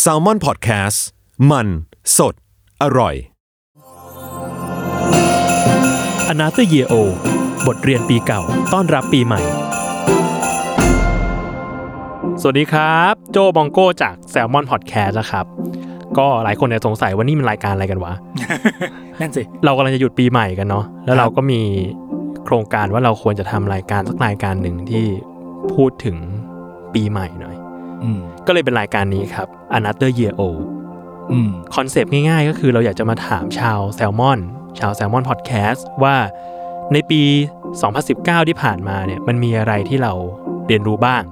แซลมอนพอดแคสต์มันสดอร่อย อนาเตอร์เยโอบทเรียนปีเก่า ต้อนรับปีใหม่ สวัสดีครับ โจบองโก้จากแซลมอนพอดแคสต์นะครับ ก็หลายคนเนี่ยสงสัยว่านี่มันรายการอะไรกันวะ นั่นสิ เรากำลังจะหยุดปีใหม่กันเนาะแล้วเราก็มีโครงการว่าเราควรจะทำรายการสักรายการหนึ่งที่พูดถึงปีใหม่หน่อย อืม ก็เลยเป็นรายการนี้ครับ Another Year Old อืม คอนเซปต์ง่ายๆ ก็คือเราอยากจะมาถามชาวแซลมอน ชาวแซลมอนพอดแคสต์ว่าในปี 2019 ที่ผ่านมาเนี่ยมันมีอะไรที่เราเรียนรู้บ้าง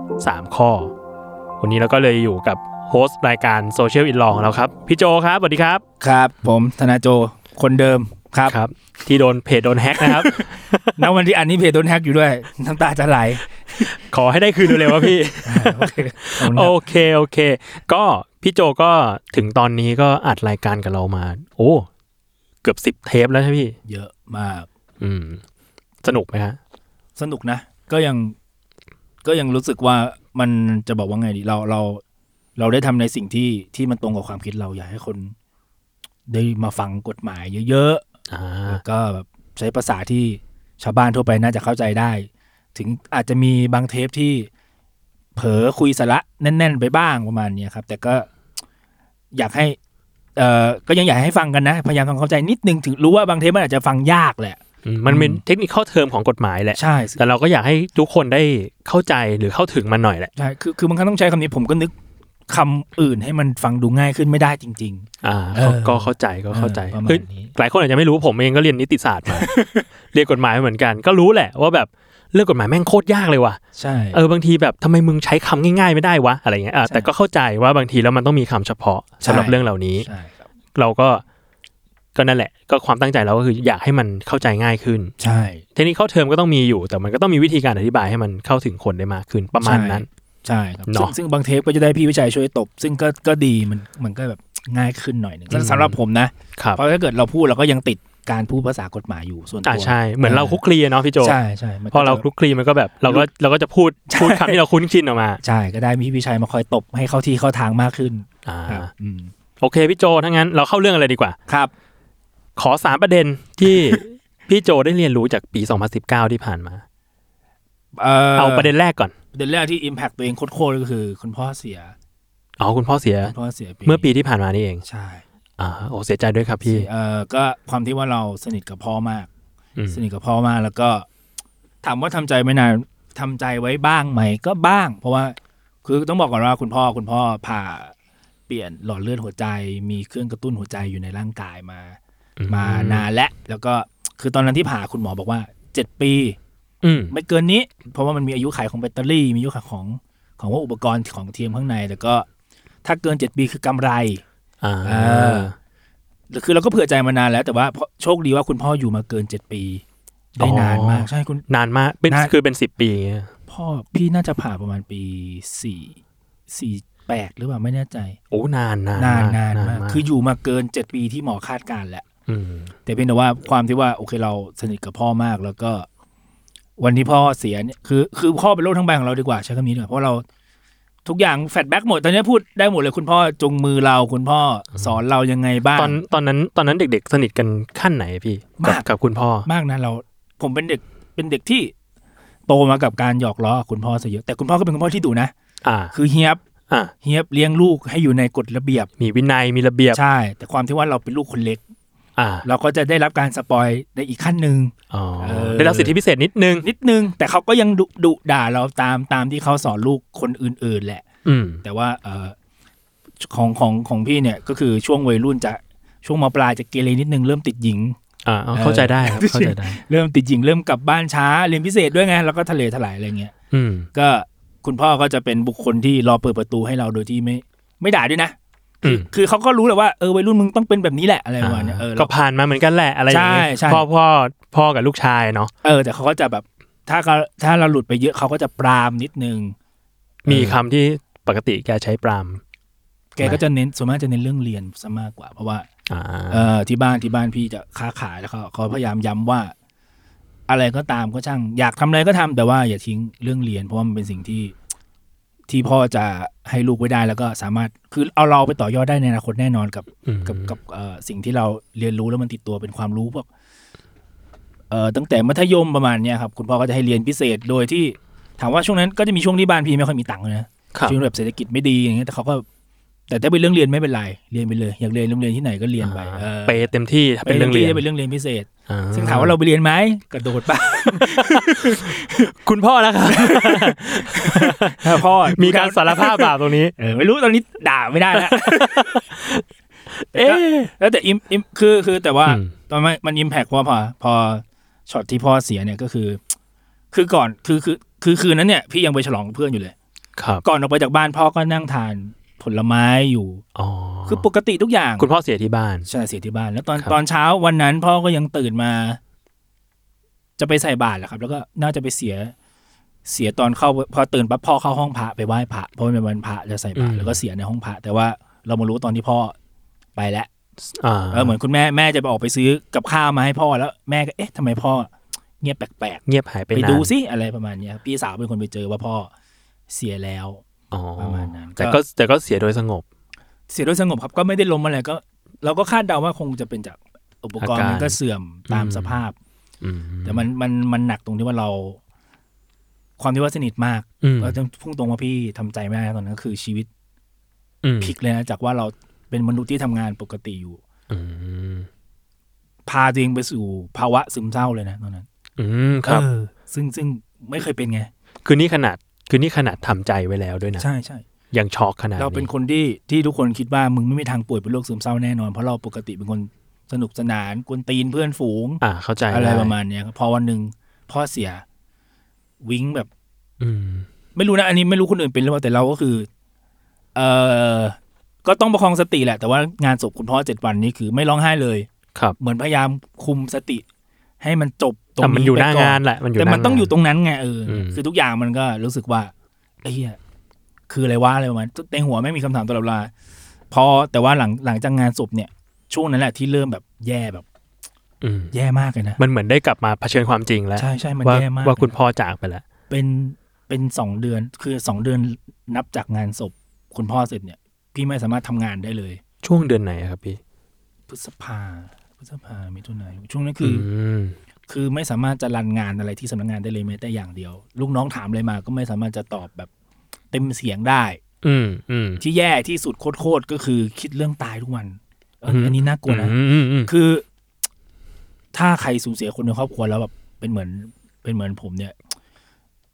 3 ข้อ วันนี้เราก็เลยอยู่กับโฮสต์รายการโซเชียลอินลองของเราครับ พี่โจครับสวัสดีครับ ครับ ผมธนาโจ คนเดิมครับ ครับ ที่โดนเพจโดนแฮ็กนะครับ ณ วันที่อันนี้เพจโดนแฮกอยู่ด้วย น้ำตาจะไหล ขอให้ได้คืนเร็วๆว่าพี่ โอเคขอบคุณ คโอ รับ เค โอเค ก็พี่โจก็ถึงตอนนี้ก็อัดรายการกับเรามา โอ้ เกือบสิบเทปแล้วใช่พี่ เยอะมาก อืม สนุกไหมฮะ สนุกนะ ก็ยัง ก็ยังรู้สึกว่ามันจะบอกว่าไงดี เรา เรา เราได้ทำในสิ่งที่ ที่มันตรงกับความคิดเรา อยากให้คน ได้มาฟังกฎหมายเยอะๆ อ่า แล้วก็แบบใช้ภาษาที่ชาวบ้านทั่วไปน่าจะเข้าใจได้ ถึงอาจจะมีบางเทปที่เผลอคุยสาระแน่น ๆ ไปบ้างประมาณเนี้ยครับ แต่ก็อยากให้ เอ่อก็ยังอยากให้ฟังกันนะ พยายามทำความเข้าใจนิดนึงถึงรู้ว่าบางเทปมันอาจจะฟังยากแหละ อืมมันเป็น อืม เทคนิคเข้าเทอมของกฎหมายแหละ ใช่ แต่เราก็อยากให้ทุกคนได้เข้าใจหรือเข้าถึงมันหน่อยแหละ ใช่คือคือบางครั้งต้องใช้คำนี้ผมก็นึกคำอื่นให้มันฟังดูง่ายขึ้นไม่ได้จริง อ่า เออ ก็ก็เข้าใจก็เข้าใจ เออประมาณ คือ นี้ หลายคนอาจจะไม่รู้ผมเองก็เรียนนิติศาสตร์ มา เรียนกฎหมายมาเหมือนกัน ก็รู้แหละว่าแบบเรื่องกฎหมายแม่งโคตรยากเลยว่ะ ๆ ใช่ เออบางทีแบบทำไมมึงใช้คำง่ายๆไม่ได้วะอะไรเงี้ยอ่าแต่ก็เข้าใจว่าบางทีแล้วมันต้องมีคำเฉพาะสำหรับเรื่องเหล่านี้ ใช่ครับ เราก็ก็นั่นแหละ ก็ความตั้งใจเราก็คืออยากให้มันเข้าใจง่ายขึ้น ใช่ เทคนิคเข้าเทอมก็ต้องมีอยู่ แต่มันก็ต้องมีวิธีการอธิบายให้มันเข้าถึงคนได้มากขึ้นประมาณนั้น ใช่ครับ เน ซึ่ อะ งซึ่งบางเทปก็จะได้พี่วิชัยช่วยตบ ซึ่งก็ก็ดีมันมันก็แบบง่ายขึ้นหน่อยหนึ่งสำหรับผมนะ ครับ เพราะถ้าเกิดเราพูดเราก็ยังติดการพูดภาษากฎหมายอยู่ส่วนตั อ่าว ใช่ เหมือนเราคลุกคลีอะเนาะพี่โจ ใช่ใช่มัน พอเราคลุกคลีมันก็แบบเราก็เราก็จะพูดพูดคำที่เราคุ้นชินออกมา ใช่ก็ได้มีพี่ชัยมาคอยตบให้เข้าที่เข้าทางมากขึ้น อ่า ครับอืม โอเคพี่โจทั้างนั้นเราเข้าเรื่องอะไรดีกว่า ครับ ขอสามประเด็น ที่ พี่โจได้เรียนรู้จากปี 2019 ที่ผ่านมา เออ เอาประเด็นแรกก่อน ประเด็นแรกที่ Impact ตัวเองโคตรๆก็คือ คุณพ่อเสีย อ๋อคุณพ่อเสีย คุณพ่อเสีย เมื่อปีที่ผ่านมานี่เอง ใช่ อ่าโอ้เสียใจด้วยครับพี่ เออก็ความที่ว่าเราสนิทกับพ่อมาก อืม สนิทกับพ่อมากแล้วก็ถามว่าทำใจไหม่นานทำใจไว้บ้างไหมก็บ้าง เพราะว่าคือต้องบอกก่อนว่าคุณพ่อคุณพ่อผ่าเปลี่ยนหลอดเลือดหัวใจ มีเครื่องกระตุ้นหัวใจอยู่ในร่างกายมา มานานและแล้วก็คือตอนนั้นที่ผ่าคุณหมอบอกว่าเจ็ดปี อืม ไม่เกินนี้ เพราะว่ามันมีอายุขัยของแบตเตอรี่ มีอายุขัยของของว่าอุปกรณ์ของเทียมข้างในแล้วก็ถ้าเกินเจ็ดปีคือกำไร อ่า เออ คือเราก็เผื่อใจมานานแล้วแต่ว่าเพราะโชคดีว่าคุณพ่ออยู่มาเกินเจ็ดปีได้นานมากใช่คุณ นานมากเป็น นาน คือเป็นสิบปีอย่างเงี้ย พ่อพี่น่าจะผ่าประมาณปีสี่สี่แปดหรือเปล่าไม่แน่ใจ โอ้นานนาน นามนก นานมาก น คืออยู่มาเกินเจ็ดปีที่หมอคาดการณ์แหละ ม แต่เพียงแต่ว่าความที่ว่าโอเคเราสนิทกับพ่อมากแล้วก็ วันที่พ่อเสียเนี่ยคือ คือพ่อเป็นโรคทั้งใบของเราดีกว่าใช้คำนี้ดีกว่าเพราะเราทุกอย่างแฟลแบ็กหมดตอนนี้พูดได้หมดเลยคุณพ่อจงมือเราคุณพ่อสอนเรายังไงบ้าง ตอนตอนนั้นตอนนั้นเด็ก ๆ สนิทกันขั้นไหนพี่กั มา บ ก กับคุณพ่อ มากนะเรา ผมเป็นเด็กเป็นเด็กที่โตมากับการหยอกล้อกับคุณพ่อซะเยอะแต่คุณพ่อก็เป็นคุณพ่อที่ดุนะ อ่า คือเฮียบ อ่า เฮียบเลี้ยงลูกให้อยู่ในกฎระเบียบ มีวินัยมีระเบียบ ใช่ แต่ความที่ว่าเราเป็นลูกคนเล็ก อ่า เราก็จะได้รับการสปอยในอีกขั้นหนึ่ง อ๋อ เออ ได้รับสิทธิพิเศษนิดนึง นิดนึง แต่เขาก็ยังดุดุด่าเราตามตามที่เขาสอนลูกคนอื่น ๆ แหละ อืม แต่ว่าเออของของของพี่เนี่ยก็คือช่วงวัยรุ่นจะช่วงมปลายจะเกเรนิดนึงเริ่มติดหญิง อ่าเอาเข้าใจได้ครับเข้าใจได้ เริ่มติดหญิงเริ่มกลับบ้านช้าเรียนพิเศษด้วยไงแล้วก็ทะเลทลายอะไรเงี้ย อืม ก็ คุณพ่อก็จะเป็นบุคคลที่รอเปิดประตูให้เราโดยที่ไม่ ไม่ด่าด้วยนะ อืม คือเขาก็รู้แหละว่าเออวัยรุ่นมึงต้องเป็นแบบนี้แหละอะไรประมาณเนี้ยเออ ก็ เรา ผ่านมาเหมือนกันแหละอะไรอย่างเงี้ย ใช่ใช่ พ่อพ่อพ่อกับลูกชายเนาะ เออแต่เขาก็จะแบบ ถ้าก็ถ้าเราหลุดไปเยอะเขาก็จะปรามนิดนึง มีคำที่ปกติแกใช้ปราม แกก็จะเน้นส่วนมากจะเน้นเรื่องเรียนซะมากกว่า เพราะว่า อ่า เออที่บ้านที่บ้านพี่จะค้าขายแล้วเขาเขาพยายามย้ำว่า อะไรก็ตามก็ช่าง อยากทำอะไรก็ทำแต่ว่าอย่าทิ้งเรื่องเรียน เพราะว่ามันเป็นสิ่งที่ ที่พ่อจะให้ลูกไว้ได้แล้วก็สามารถคือเอาเราไปต่อยอดได้ในอนาคตแน่นอนกับ อืม กับกับเอ่อสิ่งที่เราเรียนรู้แล้วมันติดตัวเป็นความรู้พวกเอ่อตั้งแต่มัธยมประมาณเนี้ยครับคุณพ่อก็จะให้เรียนพิเศษโดยที่ถามว่าช่วงนั้นก็จะมีช่วงที่บ้านพี่ไม่ค่อยมีตังค์เลยนะครับ ช่วงแบบเศรษฐกิจไม่ดีอย่างเงี้ยแต่เขาก็ แต่ถ้าเป็นเรื่องเรียนไม่เป็นไรเรียนไปเลยอยากเรียนโรงเรียนที่ไหนก็เรียนไปเออ เปย์เต็มที่ถ้าเป็นเรื่องเรียน ที่เป็นเรื่องเรียนพิเศษ อ่ ซึ่งถามว่าเราไปเรียนไหมกระโดดปะ คุณพ่อแล้วครับ พ่อ มีการสารภาพบาปตรงนี้ เออไม่รู้ตอนนี้ด่าไม่ได้แล้ว เอ๊ะ แล้วแต่อิมอิมคือคือแต่ว่า อืม ตอนมันมันอิมแพกพอพอพอช็อตที่พ่อเสียเนี่ยก็คือ คือก่อนคือคือคือคืนนั้นเนี่ยพี่ยังไปฉลองกับเพื่อนอยู่เลย ครับ ก่อนออกไปจากบ้านพ่อก็นั่งทานผลไม้อยู่ อ๋อ คือปกติทุกอย่าง คุณพ่อเสียที่บ้าน ใช่เสียที่บ้าน แล้วตอน ครับ ตอนเช้าวันนั้นพ่อก็ยังตื่นมา จะไปใส่บาตรแหละครับ แล้วก็น่าจะไปเสีย เสียตอนเข้าพอตื่นปั๊บพ่อเข้าห้องพระไปไหว้พระเพราะมันเป็นวันพระจะใส่บาตรแล้วก็เสียในห้องพระแต่ว่าเรามารู้ตอนที่พ่อไปแล้ว อ่า เออเหมือนคุณแม่แม่จะไปออกไปซื้อกับข้าวมาให้พ่อแล้วแม่ก็เอ๊ะทำไมพ่อเงียบแปลก เงียบหาย ๆ ไป ไป นาน ดูสิอะไรประมาณเนี้ยพี่สาวเป็นคนไปเจอว่าพ่อเสียแล้ว อ๋อ ประมาณนั้นก็ แต่ก็แต่ก็เสียโดยสงบ เสียโดยสงบครับก็ไม่ได้ล้มอะไรก็ เราก็คาดเดาว่าคงจะเป็นจากอุปกรอาณ์การ มันก็เสื่อมตาม อืม สภาพ อืม แต่มันมันมันหนักตรงที่ว่าเรา ความที่ว่าสนิทมาก อืม เราต้องพุ่งตรงว่าพี่ทำใจไม่ได้นะตอนนั้นก็คือชีวิต อืม พลิกเลยนะจากว่าเราเป็นมนุษย์ที่ทำงานปกติอยู่ อืม พาตัวเองไปสู่ภาวะซึมเศร้าเลยนะตอนนั้น อืมครับ เออซึ่งซึ่งไม่เคยเป็นไง คือนี่ขนาดคือนี่ขนาดทำใจไว้แล้วด้วยนะ ใช่ใช่ ยังช็อกขนาด เราเป็น นี้ คนที่ที่ทุกคนคิดว่ามึงไม่มีทางป่วยเป็นโรคซึมเศร้าแน่นอนเพราะเราปกติเป็นคนสนุกสนานกวนตีนเพื่อนฝูง อ่าเข้าใจ อะไร ด้ ประมาณเนี้ยครับพอวันหนึ่งพ่อเสีย วิ้งแบบ อืม ไม่รู้นะอันนี้ไม่รู้คนอื่นเป็นหรือเปล่าแต่เราก็คือ เออก็ต้องประคองสติแหละ แต่ว่างานศพคุณพ่อเจ็ดวันนี้คือไม่ร้องไห้เลย ครับ เหมือนพยายามคุมสติ ให้มันจบตรง แต่มัน นี้ อยู่ห ไป น้า ก่อง าน นแหละมันอยู่ แต่ หา มันต้องอยู่ต า รงนั้นไงเอออ ม คือทุกอย่างมันก็รู้สึกว่าไอ้เหี้ยคืออะไรวะอะไรประมาณในหัวไม่งมีคำถามตลอดเวลาพอแต่ว่าหลังหลังจากงานศพเนี่ย ช่วงนั้นแหละที่เริ่มแบบแย่แบบ อืม แย่มากเลยนะ มันเหมือนได้กลับมาเผชิญความจริงแล้ว ใช่ใช่มัน ว่า แย่มาก ว่าคุณ เลยนะ พ่อจากไปแล้ว เป็นเป็นสองเดือน คือสองเดือนนับจากงานศพ คุณพ่อเสร็จเนี่ย พี่ไม่สามารถทำงานได้เลย ช่วงเดือนไหนอะครับพี่ พฤษภาพฤษภามิถุนายนช่วงนั้นคือ ม คือไม่สามารถจะรันงานอะไรที่สำนักงานได้เลยแม้แต่อย่างเดียว ลูกน้องถามอะไรมา ก็ไม่สามารถจะตอบแบบเต็มเสียงได้ อืมอืม ที่แย่ที่สุดโคตรๆก็คือคิดเรื่องตายทุกวันเออ อืม อันนี้น่ากลัวนะ อืมอืมอืม คือ ถ้าใครสูญเสียคนในครอบครัวแล้วแบบเป็นเหมือน เป็นเหมือนผมเนี่ย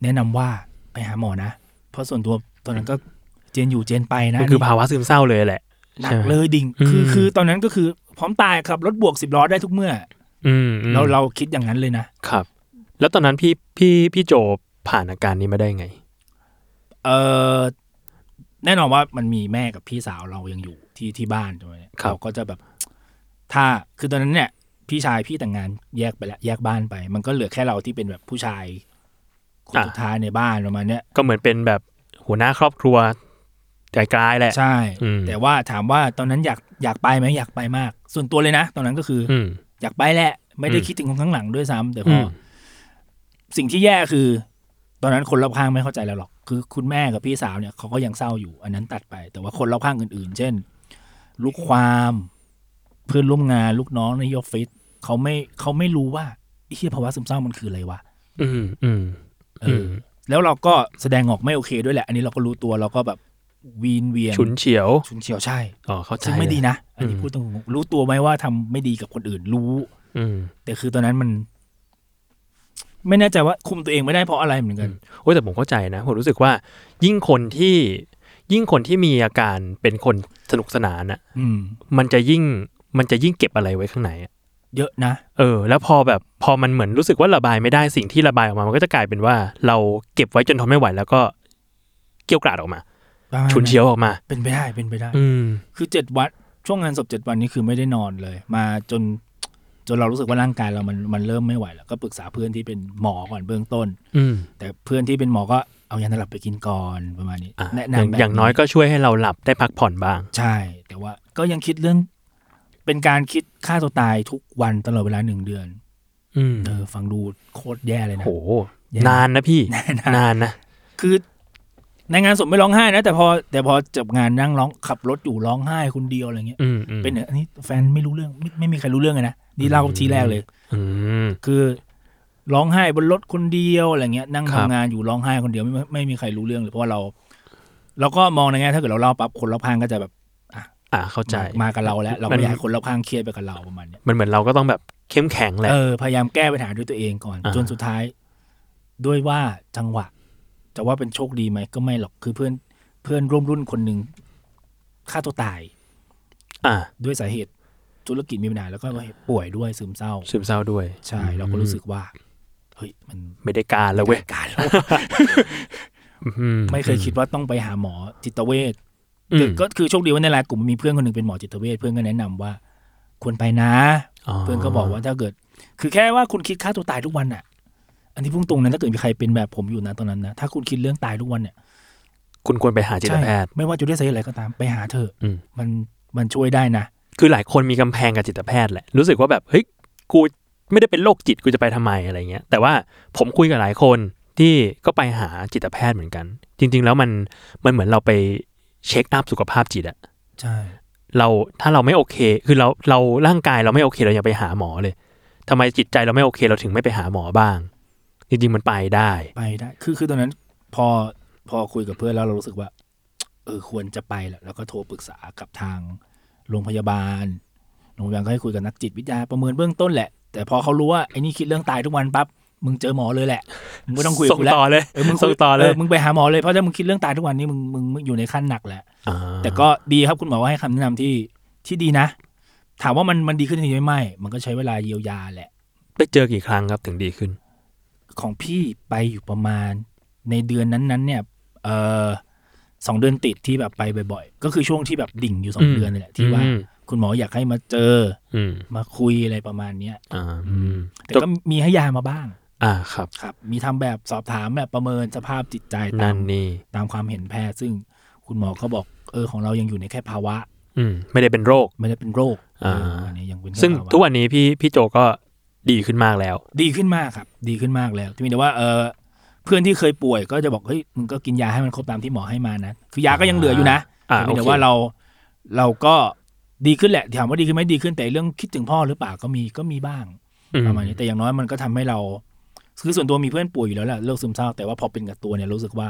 แนะนำว่าไปหาหมอนะ เพราะส่วนตัวตอนนั้นก็เจนอยู่เจนไปนะ มันคือภาวะซึมเศร้าเลยแหละ หนักเลยดิ่งคือ อืม คือตอนนั้นก็คือพร้อมตายครับรถบวกสิบล้อได้ทุกเมื่อ อืมอื อ ม เราเราคิดอย่างนั้นเลยนะ ครับ แล้วตอนนั้นพี่พี่พี่โจผ่านอาการนี้มาได้ไง เออแน่นอนว่ามันมีแม่กับพี่สาวเรายังอยู่ที่ที่บ้านใช่ไหมเนี่ย ครับ เราก็จะแบบ ถ้าคือตอนนั้นเนี่ย พี่ชายพี่แต่งงานแยกไปแล้วแยกบ้านไป มันก็เหลือแค่เราที่เป็นแบบผู้ชายคนสุดท้ายในบ้านประมาณเนี้ย ก็เหมือนเป็นแบบหัวหน้าครอบครัวใจกลายแหละ ใช่ อืม แต่ว่าถามว่าตอนนั้นอยากอยากไปไหมอยากไปมาก ส่วนตัวเลยนะ ตอนนั้นก็คืออ อืม อยากไปแหละ ไม่ได้ อืม คิดถึงคนข้างหลังด้วยซ้ำแต่พ อื อ ม สิ่งที่แย่คือ ตอนนั้นคนรอบข้างไม่เข้าใจเราหรอก คือคุณแม่กับพี่สาวเนี่ยเขาก็ยังเศร้าอยู่ อันนั้นตัดไป แต่ว่าคนรอบข้างอื่นๆ เช่น ลูกความเพื่อนร่วมงานลูกน้องในออฟฟิศเขาไม่เขาไม่รู้ว่าไอ้เหี้ยภาวะซึมเศร้ามันคืออะไรวะ อืมอืม เออ อื อ ม แล้วเราก็แสดงออกไม่โอเคด้วยแหละ อันนี้เราก็รู้ตัวเราก็แบบวีนเวียน ฉุนเฉียว ฉุนเฉียวใช่ อ๋อเข้าใจ ซึ่งไม่ดี เลย นะ อันนี้ อืม พูดตรงๆรู้ตัวไหมว่าทำไม่ดีกับคนอื่นรู้ อืม แต่คือตอนนั้นมัน ไม่แน่ใจว่าคุมตัวเองไม่ได้เพราะอะไรเหมือนกัน โอ้ยแต่ผมเข้าใจนะผมรู้สึกว่า ยิ่งคนที่ยิ่งคนที่มีอาการเป็นคนสนุกสนานอ่ะ อืม มันจะยิ่งมันจะยิ่งเก็บอะไรไว้ข้างในอะ เยอะนะ เออ แล้วพอแบบพอมันเหมือนรู้สึกว่าระบายไม่ได้สิ่งที่ระบายออกมา มันก็จะกลายเป็นว่าเราเก็บไว้จนทนไม่ไหว แล้วก็ เกรี้ยวกราดออกมา ประมาณ ฉุนเฉียวออกมา เป็นไปได้เป็นไปได้ อืม คือเจ็ดวันช่วงงานศพเจ็ดวันนี้คือไม่ได้นอนเลย มาจน จนเรารู้สึกว่าร่างกายเรามันมันเริ่มไม่ไหวแล้ว ก็ปรึกษาเพื่อนที่เป็นหมอก่อนเบื้องต้น อืม แต่เพื่อนที่เป็นหมอก็เอายานอนหลับไปกินก่อนประมาณนี้ อ่ะ แนะ อย่าง นำแบบ อย่างน้อยก็ช่วยให้เราหลับได้พักผ่อนบ้าง ใช่ แต่ว่าก็ยังคิดเรื่อง เป็นการคิดฆ่าตัวตายทุกวันตลอดเวลาหนึ่งเดือน อืม เออฟังดูโคตรแย่เลยนะ โห แย่ นานนะพี่ นะ นานนะ คือในงานศพไม่ร้องไห้นะแต่พอแต่พอจบงานนั่งร้องขับรถอยู่ร้องไห้คนเดียวอะไรเงี้ย อืมอืม เป็นเนี่ยอันนี้แฟนไม่รู้เรื่องไม่ไม่มีใครรู้เรื่องเลยนะนี่เล่าทีแรกเลย อืม คือร้องไห้บนรถคนเดียวอะไรเงี้ยนั่ง ครับทำงานอยู่ร้องไห้คนเดียวไม่ไม่ไม่มีใครรู้เรื่องเลยเพราะว่าเรา เราก็มองในแง่ถ้าเกิดเราเล่าปั๊บคนรอบข้างก็จะแบบ อ่าเข้าใจ มามากับเราแล้ว เรา มัน ไม่อยากให้คนรอบข้างเครียดไปกับเราประมาณเนี้ย มันเหมือนเราก็ต้องแบบเข้มแข็งแหละ เออพยายามแก้ปัญหาด้วยตัวเองก่อน อ่า จนสุดท้าย ด้วยว่าจังหวะจะว่าเป็นโชคดีไหมก็ไม่หรอกคือเพื่อนเพื่อนร่วมรุ่นคนหนึ่งฆ่าตัวตาย อ่า ด้วยสาเหตุธุรกิจมีปัญหาแล้วก็ป่วยด้วยซึมเศร้า ซึมเศร้าด้วย ใช่ เราก็รู้สึกว่าเฮ้ยมัน ไม่ได้การแล้วเว้ย การ อื ไม่เคยคิดว่าต้องไปหาหมอจิตเวช อืม แต่ก็คือโชคดีว่าในไลน์กลุ่มมีเพื่อนคนหนึ่งเป็นหมอจิตเวชเพื่อนก็แนะนำว่า ควรไปนะ เพื่อนก็บอกว่าถ้าเกิด คือแค่ว่าคุณคิดฆ่าตัวตายทุกวันอ่ะ อันนี้พุ่งตรงนะถ้าเกิดมีใครเป็นแบบผมอยู่นะตอนนั้นนะถ้าคุณคิดเรื่องตายทุกวันเนี่ย คุณควรไปหาจิต ใช่ แพทย์ ไม่ว่าจะด้วยสาเหตุอะไรก็ตามไปหาเถอะ อืม มันมันช่วยได้นะ คือหลายคนมีกำแพงกับจิตแพทย์แหละ รู้สึกว่าแบบเฮ้ยกูไม่ได้เป็นโรคจิตกูจะไปทำไมอะไรเงี้ย แต่ว่าผมคุยกับหลายคนที่ก็ไปหาจิตแพทย์เหมือนกัน จริง ๆ แล้วมันมันเหมือนเราไปเช็คอัพสุขภาพจิตอะ ใช่ เราถ้าเราไม่โอเค คือเราเราร่างกายเราไม่โอเคเรายังไปหาหมอเลยทำไมจิตใจเราไม่โอเคเราถึงไม่ไปหาหมอบ้าง จริง ๆ มันไปได้ ไปได้ คือคือตอนนั้นพอพอคุยกับเพื่อนแล้วเรารู้สึกว่า เออควรจะไปแหละแล้วก็โทรปรึกษากับทางโรงพยาบาล โรงพยาบาลก็ให้คุยกับนักจิตวิทยาประเมินเบื้องต้นแหละ แต่พอเขารู้ว่าไอ้นี่คิดเรื่องตายทุกวันปั๊บ มึงเจอหมอเลยแหละ มึงไม่ต้องคุยกับ ส่ง กูแล้ว ต่อเลย เออมึงคุ ส่งต่อเลย อมึงไปหาหมอเลย เพราะถ้ามึงคิดเรื่องตายทุกวันนี้มึงมึงมึงอยู่ในขั้นหนักแหละ อ่า แต่ก็ดีครับคุณหมอว่าให้คำแนะนำที่ที่ดีนะ ถามว่ามันมันดีขึ้นจริงๆไหมไม่ มันก็ใช้เวลาเยียวยาแหละ ไปเจอกี่ครั้งครับถึงดีขึ้น ของพี่ไปอยู่ประมาณในเดือนนั้นๆ เนี่ย เออสองเดือนติดที่แบบไปบ่อยๆ ก็คือช่วงที่แบบดิ่งอยู่สอ อื ง ม เดือนนี่แหละที่ว่า อืม คุณหมออยากให้มาเจอ อืม มาคุยอะไรประมาณเนี้ย อ่า แต่ก็มีให้ยามาบ้าง อ่าครับ ครับ มีทำแบบสอบถามแบบประเมินสภาพจิตใจตา นั่ ม นนี่ ตามความเห็นแพทย์ ซึ่งคุณหมอก็บอกเออของเรายังอยู่ในแค่ภาวะ อืมไม่ได้เป็นโรค ไม่ได้เป็นโรคเอ อ่า ออันนี้ยังเป็นแค่ ซึ่ง ภาวะ ทุกวันนี้พี่พี่โจก็ดีขึ้นมากแล้ว ดีขึ้นมากครับ ดีขึ้นมากแล้วที่มีแต่ว่าเออเพื่อนที่เคยป่วยก็จะบอกเฮ้ยมึงก็กินยาให้มันครบตามที่หมอให้มานะ คือยาก็ยังเหลืออยู่นะ อ่า แต่มีแต่ โอเค ว่าเราเราก็ดีขึ้นแหละถามว่าดีขึ้นไหมดีขึ้นแต่เรื่องคิดถึงพ่อหรือเปล่าก็มีก็มีบ้าง อื ประมาณนี้แต่อย่างน้อยมันก็ทำให้เราคือส่วนตัวมีเพื่อนป่วยอยู่แล้วแหละโรคซึมเศร้าแต่ว่าพอเป็นกับตัวเนี่ยรู้สึกว่า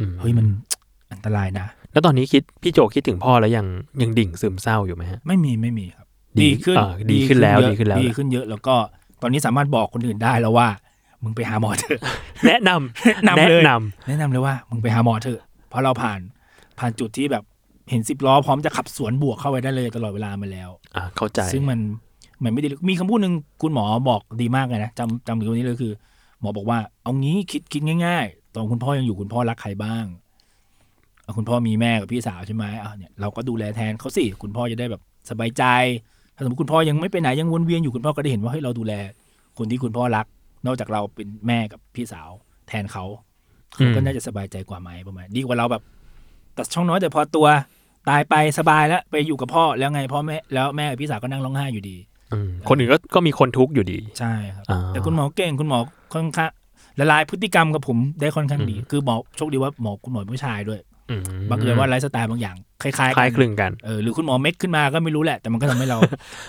อืม เฮ้ยมันอันตรายนะ แล้วตอนนี้คิดพี่โจคิดถึงพ่อแล้วยังยังดิ่งซึมเศร้าอยู่ไหม ฮะ ไม่มีไม่มีครับ ดี ดีขึ้น อ่าดีขึ้นแล้ว เยอะ ดีขึ้นแล้ว ดีขึ้นเยอะ แล้วก็ตอนนี้สามารถบอกคนอื่นได้แล้วว่า มึงไปหาหมอเถอะ แนะนำ แนะนำเลย แนะนำ แนะนำเลยว่ามึงไปหาหมอเถอะเพราะเราผ่านผ่านจุดที่แบบเห็นสิบล้อพร้อมจะขับสวนบวกเข้าไปได้เลยตลอดเวลามาแล้ว อ่าเข้าใจ ซึ่งมันมันไม่ดีมีคำพูดหนึ่งคุณหมอบอกดีมากเลยนะจำจำถึงวันนี้เลยคือ หมอบอกว่า เอางี้คิดคิดง่าย ๆ ตอนคุณพ่อยังอยู่คุณพ่อรักใครบ้างเอาคุณพ่อมีแม่กับพี่สาวใช่ไหมอ่ะเนี่ยเราก็ดูแลแทนเขาสิคุณพ่อจะได้แบบสบายใจ ถ้าสมมติคุณพ่อยังไม่ไปไหนยังวนเวียนอยู่คุณพ่อก็ได้เห็นว่าเฮ้ยเราดูแล คนที่คุณพ่อรัก นอกจากเราเป็นแม่กับพี่สาว แทนเขาเขาก็น่าจะสบายใจกว่าไหมประมาณดีกว่าเราแบบตัดช่องน้อยแต่พอตัวตายไปสบายแล้วไปอยู่กับพ่อแล้วไงพ่อแม่แล้วแม่กับพี่สาวก็นั่งร้องไห้อยู่ดี อืมคนอื่นก็ก็มีคนทุกข์อยู่ดี ใช่ครับ อ่า แต่คุณหมอเก่งคุณหมอค่อนข้างละลายพฤติกรรมกับผมได้ค่อนข้างดี คือหมอโชคดีว่าหมอคุณหมอเป็นผู้ชายด้วย อืม บังเอิญว่าไลฟ์สไตล์บางอย่างคล้ายๆ คล้ายค กัน ลึงกัน เออหรือคุณหมอเม็กขึ้นมาก็ไม่รู้แหละ แต่มันก็ทำให้ เรา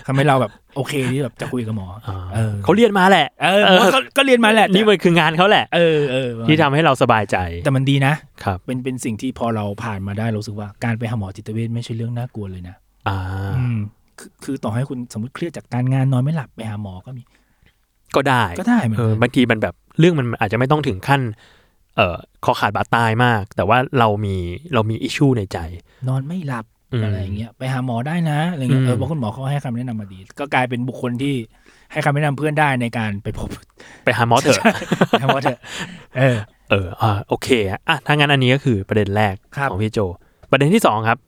ทำให้เราแบบโอเคที่แบบจะคุยกับหมอ อ่า เออ เขาเรียนมาแหละ เออผมว่าก็ก็เรียนมาแหละแต่ นี่มันคืองานเขาแหละ เออเออประมาณ ที่ทำให้เราสบายใจ แต่มันดีนะ ครับ เป็นเป็นสิ่งที่พอเราผ่านมาได้เรารู้สึกว่าการไปหาหมอจิตเวชไม่ใช่เรื่องน่ากลัวเลยนะ อ่า อืมคือคือต่อให้คุณสมมติเครียดจากการงานนอนไม่หลับไปหาหมอก็มี ก็ได้ ก็ได้เหมือน เออ กัน บางทีมันแบบเรื่องมันอาจจะไม่ต้องถึงขั้น เอ่อคอขาดบาดตายมาก แต่ว่าเรามีเรามีอิชชูในใจ นอนไม่หลับ อืม อะไรอย่างเงี้ยไปหาหมอได้นะอะไรเงี้ย อืม เออเพราะคุณหมอเขาให้คำแนะนำมาดี ก็กลายเป็นบุคคลที่ให้คำแนะนำเพื่อนได้ในการไปพบ ไปหาหมอเถอะ ไปหาหมอเถอะเออ เอออ่าโอเคอะอ่ะถ้างั้นอันนี้ก็คือประเด็นแรก ครับ ของพี่โจ ประเด็นที่สองครับ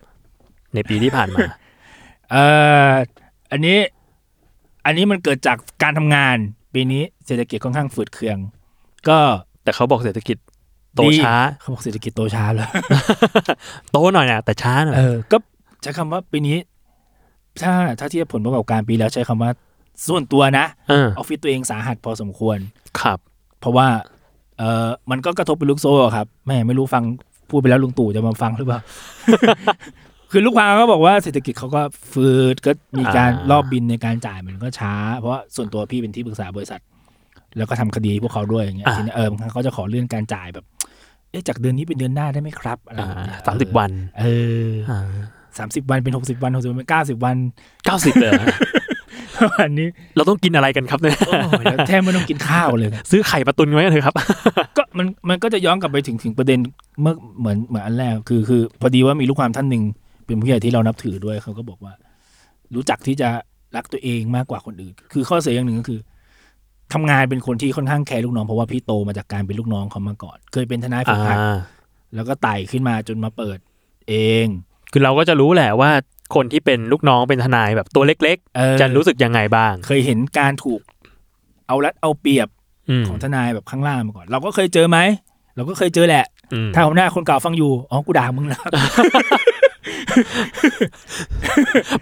ในปีที่ผ่านมา เอ่ออันนี้อันนี้มันเกิดจากการทำงาน ปีนี้เศรษฐกิจค่อนข้างฝืดเคือง ก็ แต่เขาบอกเศรษฐกิจโต ดี ช้า เขาบอกเศรษฐกิจโตช้าเลย โตหน่อยนะแต่ช้าหน่อย เออก็ใช้คำว่าปีนี้ ถ้าถ้าเทียบผลประกอบการปีแล้วใช้คำว่าส่วนตัวนะ เออ ออฟฟิศตัวเองสาหัสพอสมควร ครับ เพราะว่า เออมันก็กระทบเป็นลูกโซ่อะครับแม่ไม่รู้ฟังพูดไปแล้วลุงตู่จะมาฟังหรือเปล่า คือลูกความก็บอกว่าเศรษฐกิจเขาก็ฟืดก็มีการ อ่าร ร อบบินในการจ่ายมันก็ช้า เพราะว่าส่วนตัวพี่เป็นที่ปรึกษาบริษัท แล้วก็ทำคดีพวกเขาด้วยอย่างเงี้ยทีนี้เออบางครั้งเขาจะขอเลื่อนการจ่ายแบบ เอ๊ะจากเดือนนี้เป็นเดือนหน้าได้ไหมครับอะไร อ่า แบบเนี้ย สามสิบวัน เออสามสิบวันเป็นหกสิบวันหกสิบวันเป็นเก้าสิบวัน เก้าสิบเลยเหรอ ประมาณนี้ เราต้องกินอะไรกันครับเนี่ย โอ้ยแล้วแทบไม่ต้องกินข้าวเลย ซื้อไข่ปลาตุนไว้กันเถอะครับ ก็มันมันก็จะย้อนกลับไปถึงถึงประเด็นเมื่อเหมือนเหมือนอันแรกคือคือ พอดีว่ามีลูกความท่านหนึ่งเป็นผู้ใหญ่ที่เรานับถือด้วยเขาก็บอกว่า รู้จักที่จะรักตัวเองมากกว่าคนอื่น คือข้อเสียอย่างหนึ่งก็คือทำงานเป็นคนที่ค่อนข้างแคร์ลูกน้องเพราะว่าพี่โตมาจากการเป็นลูกน้องเขามาก่อน เคยเป็นทนายฝึกหัด อ่า แล้วก็ไต่ขึ้นมาจนมาเปิด เอง คือเราก็จะรู้แหละว่าคนที่เป็นลูกน้องเป็นทนายแบบตัวเล็ก เออ ๆ จะรู้สึกยังไงบ้าง เคยเห็นการถูกเอารัดเอาเปรียบ ม ของทนายแบบข้างล่างมาก่อน เราก็เคยเจอไหมเราก็เคยเจอแหละ อืม ถ้าหัวหน้าคนเก่าฟังอยู่อ๋อกูด่ามึงนะ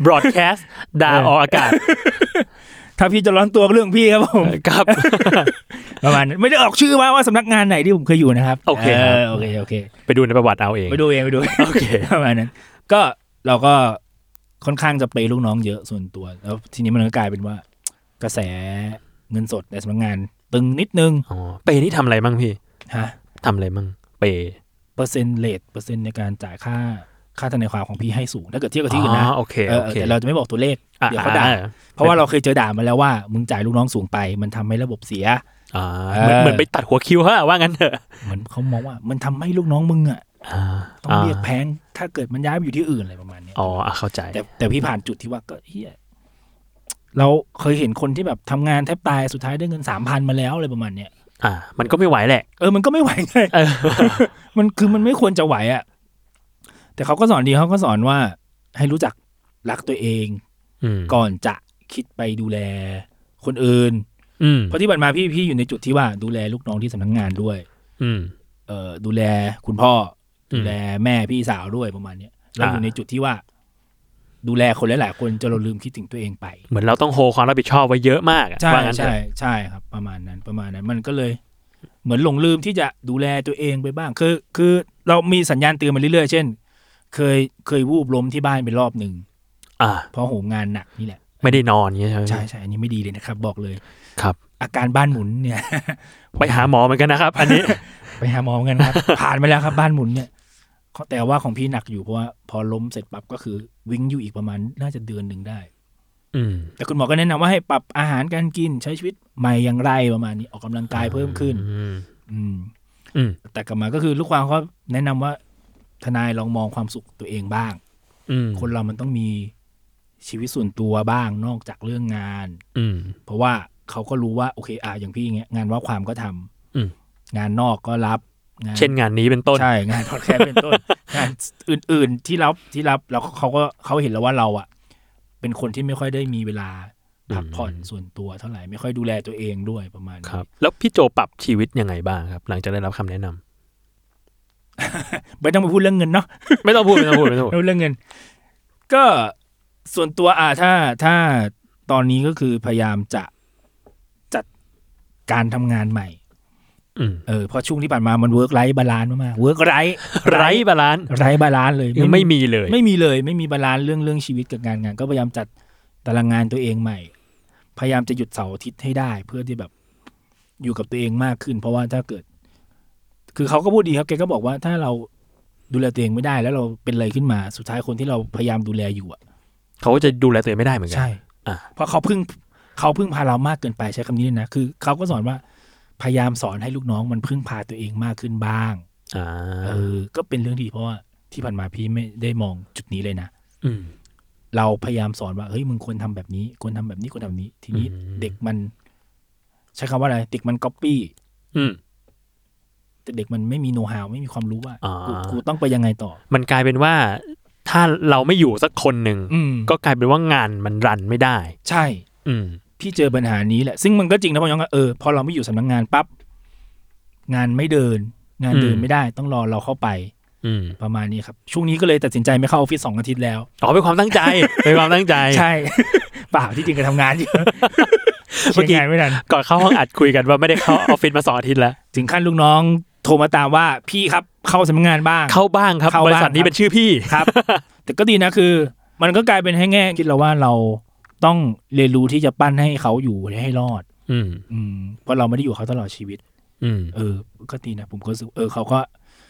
บรอดแคสต์ด่า เออ ออกอากาศ ถ้าพี่จะร้อนตัวก็เรื่องพี่ครับ ผม ครับ ประมาณนั้นไม่ได้ออกชื่อว่าว่าสำนักงานไหนที่ผมเคยอยู่นะครับ โอเคครับ โอเคโอเค ไปดูในประวัติเอาเอง ไปดูเอง ไปดู โอเค ประมาณนั้น ก็เราก็ค่อนข้างจะเปย์ลูกน้องเยอะส่วนตัว แล้วทีนี้มันก็กลายเป็นว่า กระแสเงินสดในสำนักงาน ตึงนิดนึง อ๋อเปย์นี่ทำอะไรมั่งพี่ ฮะ ทำอะไรมั่งเปย์ เปอร์เซ็นต์เลทเปอร์เซ็นต์ในการจ่ายค่าค่าทนายความของพี่ให้สูง ถ้าเกิดเทียบกับที่อื่นนะ โอเค เออ โอเค แต่เราจะไม่บอกตัวเลข อ่ะ เดี๋ยวเขาด่า อ่ะ เพราะว่าเราเคยเจอด่ามาแล้วว่ามึงจ่ายลูกน้องสูงไป มันทำให้ระบบเสีย อ่าเหมือน เออ เหมือนไปตัดหัวคิวเขาอะว่างั้นเถอะ เหมือนเขามองว่ามันทำให้ลูกน้องมึงอ่ะ อ่า ต้องเรียกแพง ถ้าเกิดมันย้ายไปอยู่ที่อื่นอะไรประมาณเนี้ย อ๋ออ่ะเข้าใจ แต่แต่พี่ผ่านจุดที่ว่าก็เฮียเราเคยเห็นคนที่แบบทำงานแทบตายสุดท้ายได้เงินสามพันมาแล้วอะไรประมาณเนี้ย อ่า มันก็ไม่ไหวแหละ เออมันก็ไม่ไหวไง เออ มันคือมันไม่ควรจะไหวอะ่ะแต่เขาก็สอนดีเขาก็สอนว่า ให้รู้จักรักตัวเอง อืม ก่อนจะคิดไปดูแลคนอื่น อืม เพราะที่ผ่านมาพี่พี่อยู่ในจุดที่ว่าดูแลลูกน้องที่สำนักงานด้วย อืม เออดูแลคุณพ่อ อืม ดูแลแม่พี่สาวด้วยประมาณเนี้ยเราอยู่ อ่า ในจุดที่ว่า ดูแลคนหลาย ๆ คนจนเราลืมคิดถึงตัวเองไป เหมือนเราต้องโฮความรับผิดชอบไว้เยอะมากอะ ใช่ ว่างั้นเถ ใช่ อะ ใช่ครับ ประมาณนั้นประมาณนั้น มันก็เลย เหมือนหลงลืมที่จะดูแลตัวเองไปบ้าง คือ คือเรามีสัญญาณเตือนมาเรื่อย ๆ เช่น เคยเคยวูบล้มที่บ้านไปรอบหนึ่ง อ่า เพราะโหมงานหนักนี่แหละ ไม่ได้นอนอย่างเงี้ยใช่ไหม ใช่ใช่อันนี้ไม่ดีเลยนะครับ บอกเลย ครับ อาการบ้านหมุนเนี่ย ไปหาหมอเหมือนกันนะครับ อันนี้ ไปหาหมอเหมือนกันครับ ผ่านไปแล้วครับบ้านหมุนเนี่ยเขาแต่ว่าของพี่หนักอยู่เพราะว่าพอล้มเสร็จปั๊บก็คือวิ่งอยู่อีกประมาณน่าจะเดือนหนึ่งได้ อืม แต่คุณหมอก็แนะนำว่าให้ปรับอาหารการกินใช้ชีวิตใหม่อย่างไรประมาณนี้ออกกำลังกายเพิ่มขึ้น อืม อืม อืม แต่กลับมาก็คือลูกความเขาแนะนำว่า ทนายลองมองความสุขตัวเองบ้าง อืม คนเรามันต้องมีชีวิตส่วนตัวบ้างนอกจากเรื่องงาน อืม เพราะว่าเขาก็รู้ว่าโอเคอ่ะอย่างพี่อย่างเงี้ยงานว่าความก็ทำ อืม งานนอกก็รับงาน เช่นงานนี้เป็นต้น ใช่งานพอดแคสต์เป็นต้น งานอื่น ๆ ที่รับที่รับแล้วเขาก็เขาเห็นแล้วว่าเราอ่ะ เป็นคนที่ไม่ค่อยได้มีเวลาพักผ่อน อืม ส่วนตัวเท่าไหร่ไม่ค่อยดูแลตัวเองด้วยประมาณนี้ ครับ แล้วพี่โจปรับชีวิตยังไงบ้างครับ หลังจากได้รับคำแนะนำ ไม่ต้องไปพูดเรื่องเงินเนาะ ไม่ต้องพูดไม่ต้องพูดไม่ต้องพูด ไม่พูดเรื่องเงิน ก็ส่วนตัวอ่ะถ้าถ้าตอนนี้ก็คือพยายามจะจัดการทำงานใหม่ อืม เออเพราะช่วงที่ผ่านมามันเวิร์กไ e บาลานซ์มากๆเวิร์กไ e ไร้บาลานซ์ ไ e บาลานซ์เลย ยังไม่มีเลย ไม่มีเลยไม่มีบาลานซ์เรื่องเรื่องชีวิตกับการงาน ก็พยายามจัดตารางงานตัวเองใหม่ พยายามจะหยุดเสาร์อาทิตย์ให้ได้ เพื่อที่แบบอยู่กับตัวเองมากขึ้น เพราะว่าถ้าเกิด คือเขาก็พูดดีครับแกก็บอกว่าถ้าเราดูแลตัวเองไม่ได้ แล้วเราเป็นอะไรขึ้นมาสุดท้ายคนที่เราพยายามดูแลอยู่อ่ะ เขาก็จะดูแลตัวเองไม่ได้เหมือนกั อ่ะ เพราะเขาพึ่งเขาพึ่งพาเรามากเกินไปใช้คำนี้เลยนะคือเขาก็สอนว่าพยายามสอนให้ลูกน้องมันพึ่งพาตัวเองมากขึ้นบ้าง อ่า เออ ก็เป็นเรื่องดีเพราะว่าที่ผ่านมาพี่ไม่ได้มองจุดนี้เลยนะ อืม เราพยายามสอนว่าเฮ้ยมึงควรทำแบบนี้ควรทำแบบนี้ควรทำแบบนี้ ทีนี้ อืม เด็กมัน ใช้คำว่าอะไรเด็กมันก๊อปปี้ อืม แต่เด็กมันไม่มีโน้ตฮาวไม่มีความรู้ว่า อ่า กูกูต้องไปยังไงต่อ มันกลายเป็นว่า ถ้าเราไม่อยู่สักคนหนึ่ง อืม ก็กลายเป็นว่างานมันรันไม่ได้ ใช่ อืม พี่เจอปัญหานี้แหละ ซึ่งมันก็จริงนะพอยองว่าเออพอเราไม่อยู่สำนักงานปั๊บงานไม่เดิน งานเดิน อืม ไม่ได้ ต้องรอเราเข้าไป อืม ประมาณนี้ครับ ช่วงนี้ก็เลยตัดสินใจไม่เข้าออฟฟิศสองอาทิตย์แล้ว อ๋อเป็นความตั้งใจ เป็นความตั้งใจ ใช่ เปล่าที่จริงก็ทำงานอยู่ เมื่ เมื่ อ อ กี้ กี้งานไม่ทัน ก่อนเข้าห้องอัดคุยกันว่าไม่ได้เข้า ออฟฟิศมาสองอาทิตย์แล้ว ถึงขั้นลูกน้องโทรมาตามว่าพี่ครับเข้าสำนักงานบ้าง เข้าบ้างครับ เข้า บ บ้าริงษัทนี้เป็นชื่อพี่ ครับ แต่ก็ดีนะคือ มันก็กลายเป็นให้แง่คิดเราว่าเราต้องเรียนรู้ที่จะปั้นให้เขาอยู่ให้รอด อืม อืมเพราะเราไม่ได้อยู่กับเขาตลอดชีวิต อืม เออ ก็ดีนะ ผมก็รู้สึกเออเขาก็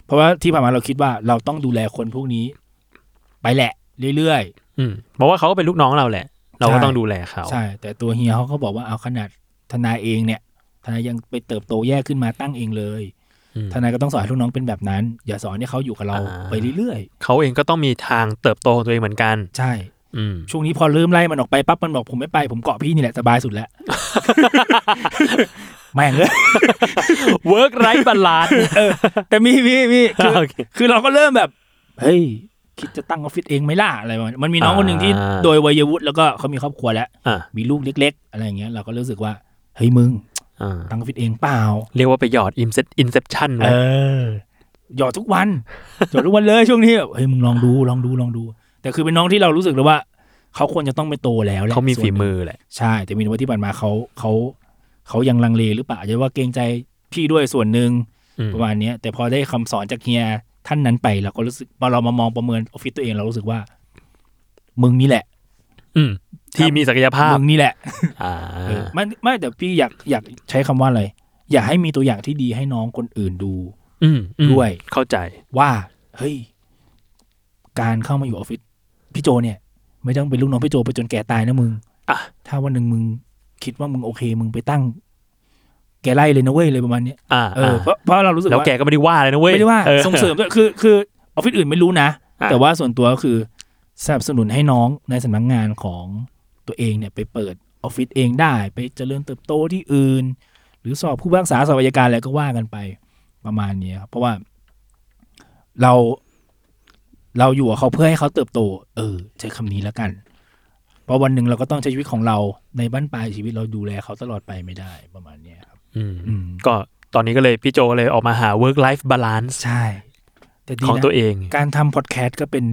เพราะว่าที่ผ่านมาเราคิดว่าเราต้องดูแลคนพวกนี้ ไปแหละ เรื่อย อืมเพราะว่าเขาก็เป็นลูกน้องเราแหละ เราก็ ใช่ ต้องดูแลเขา ๆ ใช่ แต่ตัวเฮียเขาก็บอกว่าเอาขนาดทนายเองเนี่ยทนายยังไปเติบโตแย่ขึ้นมาตั้งเองเลย อืม ทนายก็ต้องสอนให้ลูกน้องเป็นแบบนั้น อย่าสอนให้เขาอยู่กับเรา อ่า ไปเรื่อย เขาเองก็ต้องมีทางเติบโตของตัวเองเหมือนกัน ๆ ใช่ อื ม ช่วงนี้พอเริ่มไล่มันออกไปปั๊บมันบอกผมไม่ไป ผมเกาะพี่นี่แหละสบายสุ ดแล้ว แม่งเลย work right balance แต่มีมีมีคือ โอเค คือเราก็เริ่มแบบ เฮ้ย คิดจะตั้งออฟฟิศเองไหม่ล่ะอะไรประมาณนี้มันมีน้องคนหนึ่งที่ อ่า โดยวัยวุฒิแล้วก็เขามีครอบครัวแล้ว อ่ะ มีลูกเล็ก ๆ อะไรอย่างเงี้ยเราก็รู้สึกว่า เฮ้ยมึง อ่า ตั้งออฟฟิศเองเปล่า เรียกว่าไปหยอด inception เอ ไว้ อ หยอดทุกวัน หยอดทุกวันเลยช่วงนี้แบบเฮ้ยมึงลองดูลองดูลองดู แต่คือเป็นน้องที่เรารู้สึกเลยว่า เขาควรจะต้องไปโตแล้วแหละ เขามี ส่วน ฝี หนึ่ง มือแหละ ใช่ แต่มีว่าที่ผ่านมาเขาเขาเขายังลังเลหรือเปล่าอาจจะว่าเกรงใจพี่ด้วยส่วนหนึ่ง อืม ประมาณเนี้ยแต่พอได้คำสอนจากเฮียท่านนั้นไปเราก็รู้สึกพอเรามามองประเมินออฟฟิศตัวเองเรารู้สึกว่า มึงนี่แหละ อืม ที่มีศักยภาพ มึงนี่แหละ อ่า เออไม่ไม่แต่พี่อยากอยากใช้คำว่าอะไร อยากให้มีตัวอย่างที่ดีให้น้องคนอื่นดู อืมอืม ด้วย เข้าใจ ว่า เฮ้ย การเข้ามาอยู่ออฟฟิศพี่โจเนี่ย ไม่ต้องเป็นลูกน้องพี่โจไปจนแก่ตายนะมึง อ่ะ ถ้าวันหนึ่งมึงคิดว่ามึงโอเค มึงไปตั้ง แกไล่เลยนะเว้ยเลยประมาณเนี้ย อ่า เออ อ่า เพราะเพราะเรารู้สึก แล้ว ว่า แกก็ไม่ได้ว่าเลยนะเว้ย ไม่ได้ว่า ออ ส่งเสริมด้วยคือคือออฟฟิศอื่นไม่รู้นะ อ่ะ แต่ว่าส่วนตัวก็คือสนับสนุนให้น้องในสำนักงานของตัวเองเนี่ย ไปเปิดออฟฟิศเองได้ ไปเจริญเติบโตที่อื่น หรือสอบผู้พิพากษาสอบอัยการอะไรก็ว่ากันไปประมาณนี้ครับเพราะว่า เรา เราอยู่กับเขาเพื่อให้เขาเติบโต เออใช้คำนี้แล้วกัน เพราะวันหนึ่งเราก็ต้องใช้ชีวิตของเราในบ้านปลายชีวิตเราดูแลเขาตลอดไปไม่ได้ประมาณเนี้ยครับ อืม อืม ก็ตอนนี้ก็เลยพี่โจเลยออกมาหา work life balance ใช่แต่ดี ของ นะ ตัวเอง การทำพอดแคสต์ก็เป็น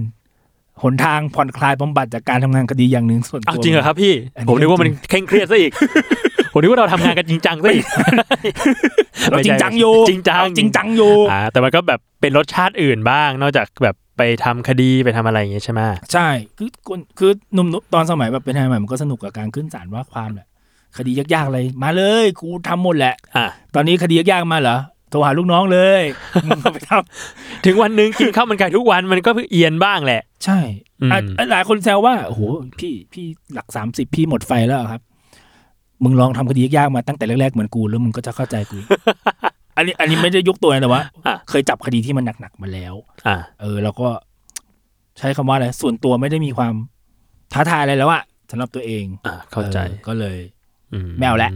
หนทางผ่อนคลายบำบัดจากการทำงานคดีอย่างหนึ่งส่วน อ้าว ตัว จริงเหรอครับพี่ อันนี้ ผมนึกว่ามันเคร่งเครียดซะ อีก ผมนึกว่าเราทำงานกันจริงจังซะอีก เราจริงจังอยู่ จริงจัง เราจริงจังอยู่ อ่าแต่มันก็แบบเป็นรสชาติอื่นบ้าง นอกจากแบบไปทำคดีไปทำอะไรอย่างเงี้ยใช่ไหม ใช่ คือคนคือหนุ่มๆตอนสมัยแบบเป็นทนายใหม่มันก็สนุกกับการขึ้นศาลว่าความแหละ คดียากๆเลย มาเลยกูทำหมดแหละ อ่ะ ตอนนี้คดียากๆมาเหรอ โทรหาลูกน้องเลย มึงเอาไปท ถึงวันหนึ่งกินข้าวมันไก่ทุกวันมันก็เอียนบ้างแหละ ำใช่ อืม อ่ะหลายคนแซวว่าโอ้โหพี่พี่หลักสามสิบพี่หมดไฟแล้วเหรอครับ มึงลองทำคดียากๆมาตั้งแต่แรกๆเหมือนกูแล้วมึงก็จะเข้าใจกู อันนี้อันนี้ไม่ได้ยกตัวนะแต่ว่า อ่ะ เคยจับคดีที่มันหนักๆมาแล้ว อ่ะ เออเราก็ใช้คำว่าอะไรส่วนตัวไม่ได้มีความท้าทายอะไรแล้วอะสำหรับตัวเอง อ่ะเข้าใจ ออก็เลย อื ไม่เอาละ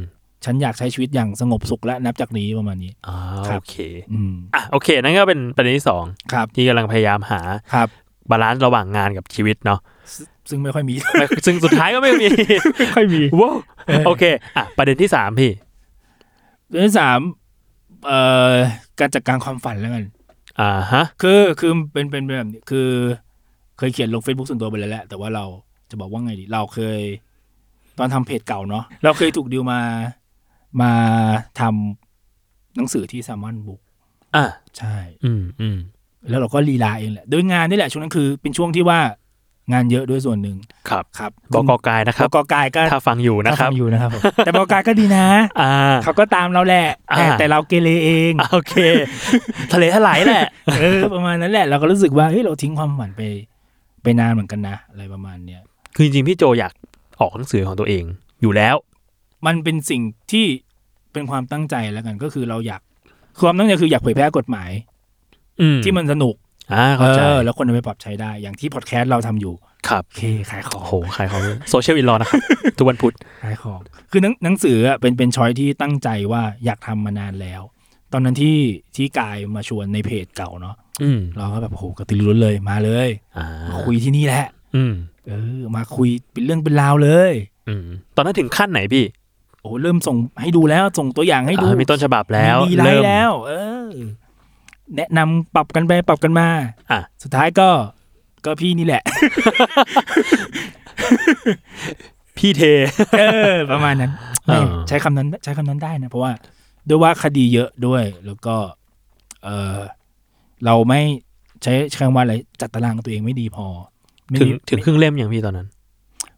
ฉันอยากใช้ชีวิตอย่างสงบสุขและนับจากนี้ประมาณนี้ อ่า ครับ โอเค อืม อ่ะโอเค นั่นก็เป็นประเด็นที่สอง ครับ ที่กำลังพยายามหา ครับ บาลานซ์ระหว่างงานกับชีวิตเนาะ ซึ่งไม่ค่อยมี ซึ่งสุดท้ายก็ไม่ มี ไม่ค่อยมี ว้าวโอเคอ่ะประเด็นที่สามพี่ เรื่องที่สามเอ่อการจัดการความฝันแล้วกัน อ่าฮะ คือคือเป็นเป็นเป็นแบบนี้คือ เคยเขียนลง Facebook ส่วนตัวไปแล้วแหละแต่ว่าเราจะบอกว่าไงดี เราเคย ตอนทำเพจเก่าเนาะเราเคยถูกดิวมามาทำหนังสือที่แซมมอนบุ๊ก อ่ะ ใช่ อืมอืม แล้วเราก็ลีลาเองแหละโดยงานนี่แหละช่วงนั้นคือเป็นช่วงที่ว่างานเยอะด้วยส่วนหนึ่ง ครับ ครับ บกกายนะค บ รับ กกายก็ ถ้าฟังอยู่นะครับถ้าฟังอยู่นะครับผมแต่บกกายก็ดีนะ อ่า เขาก็ตามเราแหละแต่ อ่า แต่เราเกเรเอง โอเค ทะเลทลายแหละ เออประมาณนั้นแหละ เราก็รู้สึกว่าเฮ้ยเราทิ้งความฝันไป ไปนานเหมือนกันนะอะไรประมาณเนี้ย คือจริงๆพี่โจอยากออกหนังสือของตัวเองอยู่แล้ว มันเป็นสิ่งที่เป็นความตั้งใจแล้วกันก็คือเราอยากความตั้งใจคืออยากเผยแพร่กฎหมาย อืม ที่มันสนุก อ่า เอ เข้าใจ อแล้วคนเอาไปปรับใช้ได้อย่างที่พอดแคสต์เราทำอยู่ ครับ โอเคขายขอ โอ้ ง โหขายของโซเชียลอินลอนะครับ ทุกวันพุธ ขายของ คือหนังหนังสืออะเป็นเป็นช้อยที่ตั้งใจว่าอยากทำมานานแล้ว ตอนนั้นที่ที่กายมาชวนในเพจเก่าเนาะ อืม เราก็แบบโอ้โหกระตือรือร้นเลยมาเลย อ่า มาคุยที่นี่แหละ อืม เออ มาคุยเป็นเรื่องเป็นราวเลย อืมตอนนั้นถึงขั้นไหนพี่ โอ้โหเริ่มส่งให้ดูแล้วส่งตัวอย่างให้ดู อ่ามีต้นฉบับแล้ว มีดีไล เริ่ม ท์แล้ว เออ แนะนำปรับกันไปปรับกันมา อ่ะ สุดท้ายก็ ก็พี่นี่แหละ พี่เท เออ ประมาณนั้น เออ ใช้คำนั้นใช้คำนั้นได้นะ เพราะว่าด้วยว่าคดีเยอะด้วย แล้วก็ เออเราไม่ใช้ใช้คำว่าอะไรจัดตารางตัวเองไม่ดีพอไม่ ถึง มี ถึงครึ่งเล่มอย่างพี่ตอนนั้น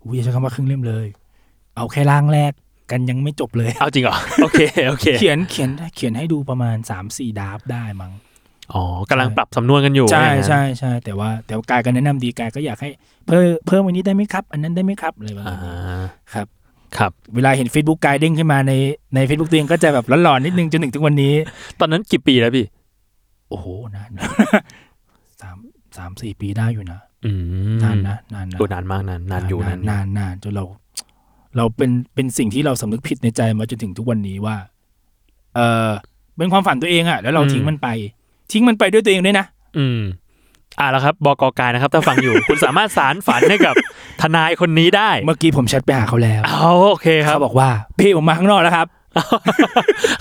อุ้ยอย่าใช้คำว่าครึ่งเล่มเลย เอาแค่ร่างแรกกันยังไม่จบเลย เอาจริ งเหรอ โอเคโอเค เขียนเขียนเขียนให้ดูประมาณสามสี่ดราฟต์ได้มั้ง อ๋อกำลังปรับสำนวนกันอยู่ว่าใช่อย่างนั้น ใช่ใช่แต่ว่าแต่ว่ากายก็แนะนำดีกายก็อยากให้ เพิ่มเพิ่มวันนี้ได้ไหมครับ อันนั้นได้ไหมครับอะไรประมา อ่า ณนี้ครับ ครับ เวลาเห็น Facebook กายเด้งขึ้นมาในใน Facebook ตัวเองก็จะแบบร้อนๆนิดนึงจนถึงทุกวันนี้ ตอนนั้นกี่ปีแล้วพี่ โอ้โหน าน สามสามสี่ปีได้อยู่นะ อืม นานนะนานนะ โอ้นานมากนานนานอยู่นาน นานนานจนเรา เราเป็นเป็นสิ่งที่เราสำนึกผิดในใจมาจนถึงทุกวันนี้ว่า เออเป็นความฝันตัวเองอะแล้วเราทิ้งมันไป ทิ้งมันไปด้วยตัวเองด้วยนะ อืมอ่าแล้วครับบกกายนะครับ ถ้าฟังอยู่ คุณสามารถสารฝันให้กับ ทนายคนนี้ได้ เมื่อกี้ผมแชทไปหาเขาแล้ว เอาโอเคครับ เขาบอกว่าพี่ผมมาข้างนอกแล้วครับ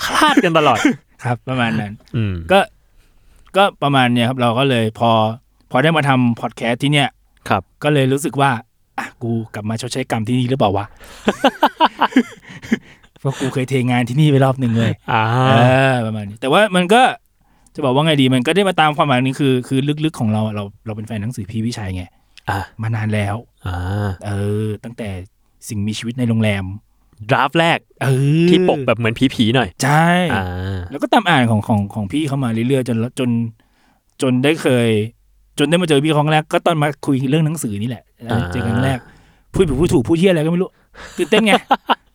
คลาดกันตลอด ครับประมาณนั้น อืม ก็ก็ประมาณเนี้ยครับ เราก็เลยพอ พอได้มาทำพอดแคสต์ที่เนี่ย ครับ ก็เลยรู้สึกว่าอ่ะกูกลับมาชดใช้กรรมที่นี่หรือเปล่าวะ เพราะกูเคยเทงานที่นี่ไปรอบหนึ่งเลย อ่า เออประมาณนี้ แต่ว่ามันก็จะบอกว่าไงดีมันก็ได้มาตามความหมายนี้คือ คือลึกๆของเราเราเราเป็นแฟนหนังสือพี่วิชัยไง อ่าม านานแล้ว อ่า เออ ตั้งแต่สิ่งมีชีวิตในโรงแรม ดราฟต์แรก เออ ที่ปกแบบเหมือนผีๆหน่อย ใช่ อ่า แล้วก็ตามอ่านของของของพี่เขามาเรื่อยๆจนจน จนได้เคย จนได้มาเจอพี่ครั้งแรกก็ตอนมาคุยเรื่องหนังสือนี่แหละเจอครั้งแรกพูดผิดพูดถูกพูดเที่ยอะไรก็ไม่รู้ตื่นเต้นไง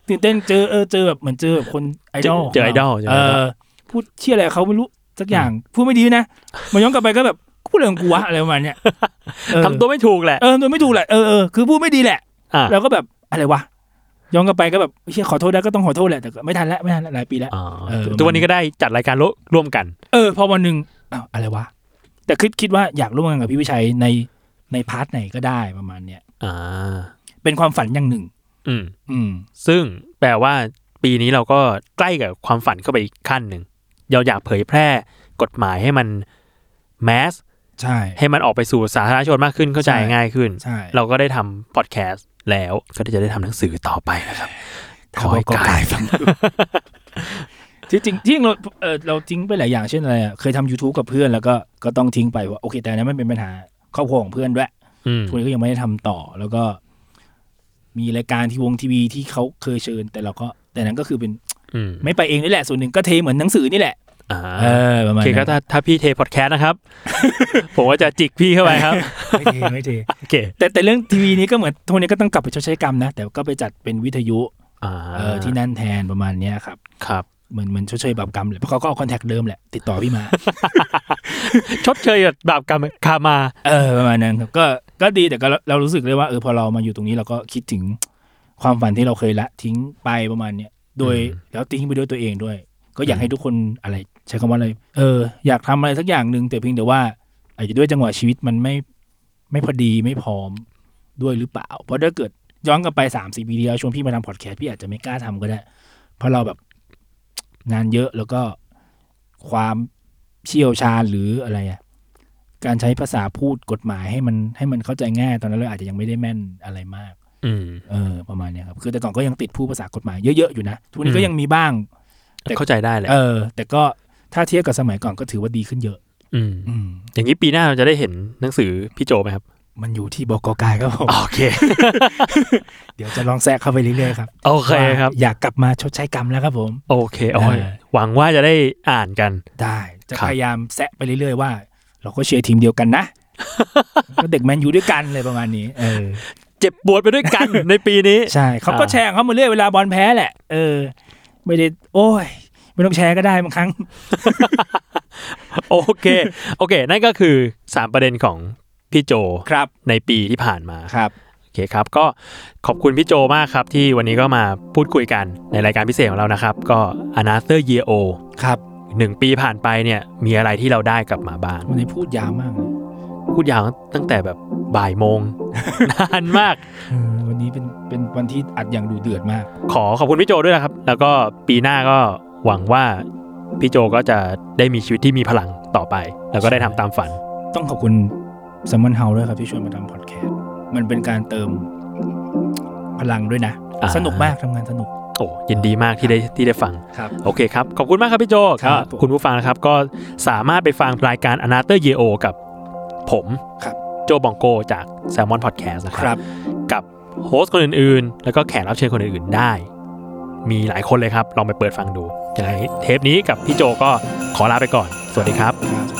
ตื่นเต้นเจอเออเจอแบบเหมือนเจอแบบคนไอดอล เจอไอดอลเจอ เอ ไอดอล อพูดเที่ยอะไรเขาไม่รู้สักอย่างพูดไม่ดีนะมาย้อนกลับไปก็แบบกูพูดเรื่องกูวะอะไรประมาณเนี้ยเออ ทำตัวไม่ถูกแหละ เออตัวไม่ถูกแหละเออเออคือพูดไม่ดีแหละ อ่า แล้วก็แบบอะไรวะย้อนกลับไปก็แบบเฮียขอโทษได้ก็ต้องขอโทษแหละแต่ก็ไม่ทันแล้วไม่ทันแล้วหลายปีแล้ว อ๋อ เออ ทุกวันนี้ก็ได้จัดรายการร่วมกัน เออพอวันหนึ่งอ้าวอะไรวะ แต่คิดคิดว่าอยากร่วมงานกับพี่วิชัยในในพาร์ทไหนก็ได้ประมาณเนี้ย อ่า เป็นความฝันอย่างหนึ่ง อืม อืม ซึ่งแปลว่าปีนี้เราก็ใกล้กับความฝันเข้าไปอีกขั้นหนึ่งเราอยากเผยแพร่กฎหมายให้มันแมส ใช่ ให้มันออกไปสู่สาธารณชนมากขึ้นเข้าใจ ใช่ ง่ายขึ้น ใช่ เราก็ได้ทำพอดแคสต์แล้วก็จะได้ทำหนังสือต่อไปนะครับ ถ้าบ ขอให้ ก็ กาย กายฟัง ที่จริงที่จริงเราเออเราทิ้งไปหลายอย่างเช่นอะไรอะเคยทำ YouTube กับเพื่อนแล้วก็ก็ต้องทิ้งไปว่าโอเค แต่อันนั้นมันเป็นปัญหาครอบครัวของเพื่อนด้วย อืม ทุกคนก็ยังไม่ได้ทำต่อ แล้วก็ มีรายการที่วงทีวีที่เขาเคยเชิญ แต่เราก็ แต่นั้นก็คือเป็น อืม ไม่ไปเองนี่แหละ ส่วนหนึ่งก็เทเหมือนหนังสือนี่แหละ อ่า เออประ โอ มาณ เคก็ นั้น ถ้าถ้าพี่เทพอดแคสต์ นะครับ ผมก็จะจิกพี่เข้าไปครับ ไม่เทไม่เท โอเค แต่แต่เรื่องทีวีนี้ก็เหมือนทุกวันนี้ก็ต้องกลับไปชดใช้กรรมนะ แต่ก็ไปจัดเป็นวิทยุ อ่า เออที่นั่นแทนประมาณเนี้ยครับ ครับ เหมือนเหมือนชดใช้บาปกรรมแหละเพราะเขาก็เอาคอนแทคเดิมแหละ ติดต่อพี่มา ชดเชยกับบาปกรรมคามา เออประมาณนั้นครับก็ก็ดีแต่ก็เราเรารู้สึกเลยว่าเออพอเรามาอยู่ตรงนี้เราก็คิดถึงความฝันที่เราเคยละทิ้งไปประมาณเนี้ยโดยแล้วทิ้งไปด้วยตัวเองด้วย ก็อยากให้ทุกคนอะไรใช้คำว่าอะไรเอออยากทำอะไรสักอย่างหนึ่งแต่เพียงแต่ว่า อาจจะด้วยจังหวะชีวิตมันไม่ไม่พอดีไม่พร้อมด้วยหรือเปล่า เพราะถ้าเกิดย้อนกลับไปสามสี่ปีที่แล้วชวนพี่มาทำพอดแคสต์พี่อาจจะไม่กล้าทำก็ได้ เพราะเราแบบงานเยอะแล้วก็ความเชี่ยวชาญหรืออะไรอะ การใช้ภาษาพูดกฎหมายให้มันให้มันเข้าใจง่าย ตอนนั้นเราอาจจะยังไม่ได้แม่นอะไรมาก อืม เออประมาณเนี้ยครับคือแต่ก่อนก็ยังติดผู้ภาษากฎหมายเยอะๆอยู่นะทุกวันนี้ก็ยังมีบ้าง แต่ เข้าใจได้แหละ เออ แต่ก็ถ้าเทียบกับสมัยก่อนก็ถือว่าดีขึ้นเยอะ อืม อืม อย่างนี้ปีหน้าเราจะได้เห็นหนังสือพี่โจไหมครับ มันอยู่ที่บกกายครับผม โอเค เดี๋ยวจะลองแทรกเข้าไปเรื่อยๆครับ โอเคครับ ว่าอยากกลับมาชดใช้กรรมแล้วครับผม โอเคโอ้ย ได้ หวังว่าจะได้อ่านกัน ได้จะ ครับ พยายามแซะไปเรื่อยๆว่า เราก็เชียร์ทีมเดียวกันนะ ก็เด็กแมนยูด้วยกันเลยประมาณนี้เออ เจ็บปวดไปด้วยกัน ในปีนี้ ใช่เขาก็ อ่า แชร์เขามาเรื่อยเวลาบอลแพ้แหละเออ ไม่ได้โอ้ย ไม่ต้องแชร์ก็ได้บางครั้ง โอเค โอเค นั่นก็คือ 3 ประเด็นของพี่โจ ครับ ในปีที่ผ่านมา ครับ โอเคครับ ก็ขอบคุณพี่โจมากครับ ที่วันนี้ก็มาพูดคุยกันในรายการพิเศษของเรานะครับ ก็ Another Year O ครับ หนึ่งปีผ่านไปเนี่ยมีอะไรที่เราได้กลับมาบ้าง วันนี้พูดยาวมากเลย พูดยาวตั้งแต่แบบบ่ายโมง นานมาก เออวันนี้เป็นเป็นวันที่อัดอย่างดูเดือดมาก ขอขอบคุณพี่โจด้วยนะครับ แล้วก็ปีหน้าก็หวังว่าพี่โจก็จะได้มีชีวิตที่มีพลังต่อไป แล้วก็ได้ทำตามฝัน ต้องขอบคุณสมอนเฮาด้วยครับที่ชวนมาทำพอดแคสต์มันเป็นการเติมพลังด้วยนะ อ่า สนุกมากทำงานสนุก โอ้ยินดีมากที่ได้ที่ได้ฟัง ครับ โอเคครับ ขอบคุณมากครับพี่โจ ครับ ก็คุณผู้ฟังนะครับ ก็สามารถไปฟังรายการ a n a t h e r y e o กับผม ครับ โจบองโกจาก s ซ l m o n Podcast นะค ครับ รับ กับโฮสต์คนอื่นๆ แล้วก็แขกรับเชิญคนอื่นๆ ได้ มีหลายคนเลยครับ ลองไปเปิดฟังดูยังไงเทปนี้กับพี่โจก็ขอลาไปก่อน สวัสดีครับ ครับ